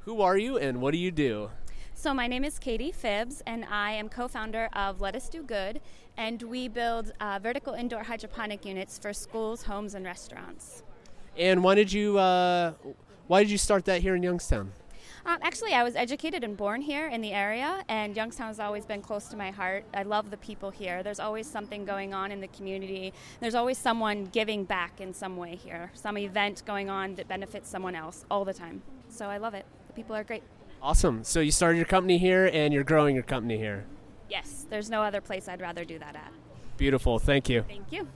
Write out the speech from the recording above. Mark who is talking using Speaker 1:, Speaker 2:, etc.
Speaker 1: Who are you and what do you do?
Speaker 2: So, my name is Katie Phibbs, and I am co founder of Let Us Do Good, and we build uh, vertical indoor hydroponic units for schools, homes, and restaurants.
Speaker 1: And why did you uh, why did you start that here in Youngstown?
Speaker 2: Um, actually, I was educated and born here in the area, and Youngstown's always been close to my heart. I love the people here. There's always something going on in the community. There's always someone giving back in some way here, some event going on that benefits someone else all the time. So I love it. The people are great.
Speaker 1: Awesome. So you started your company here and you're growing your company here.
Speaker 2: Yes, there's no other place I'd rather do that at.
Speaker 1: Beautiful. Thank you.
Speaker 2: Thank you.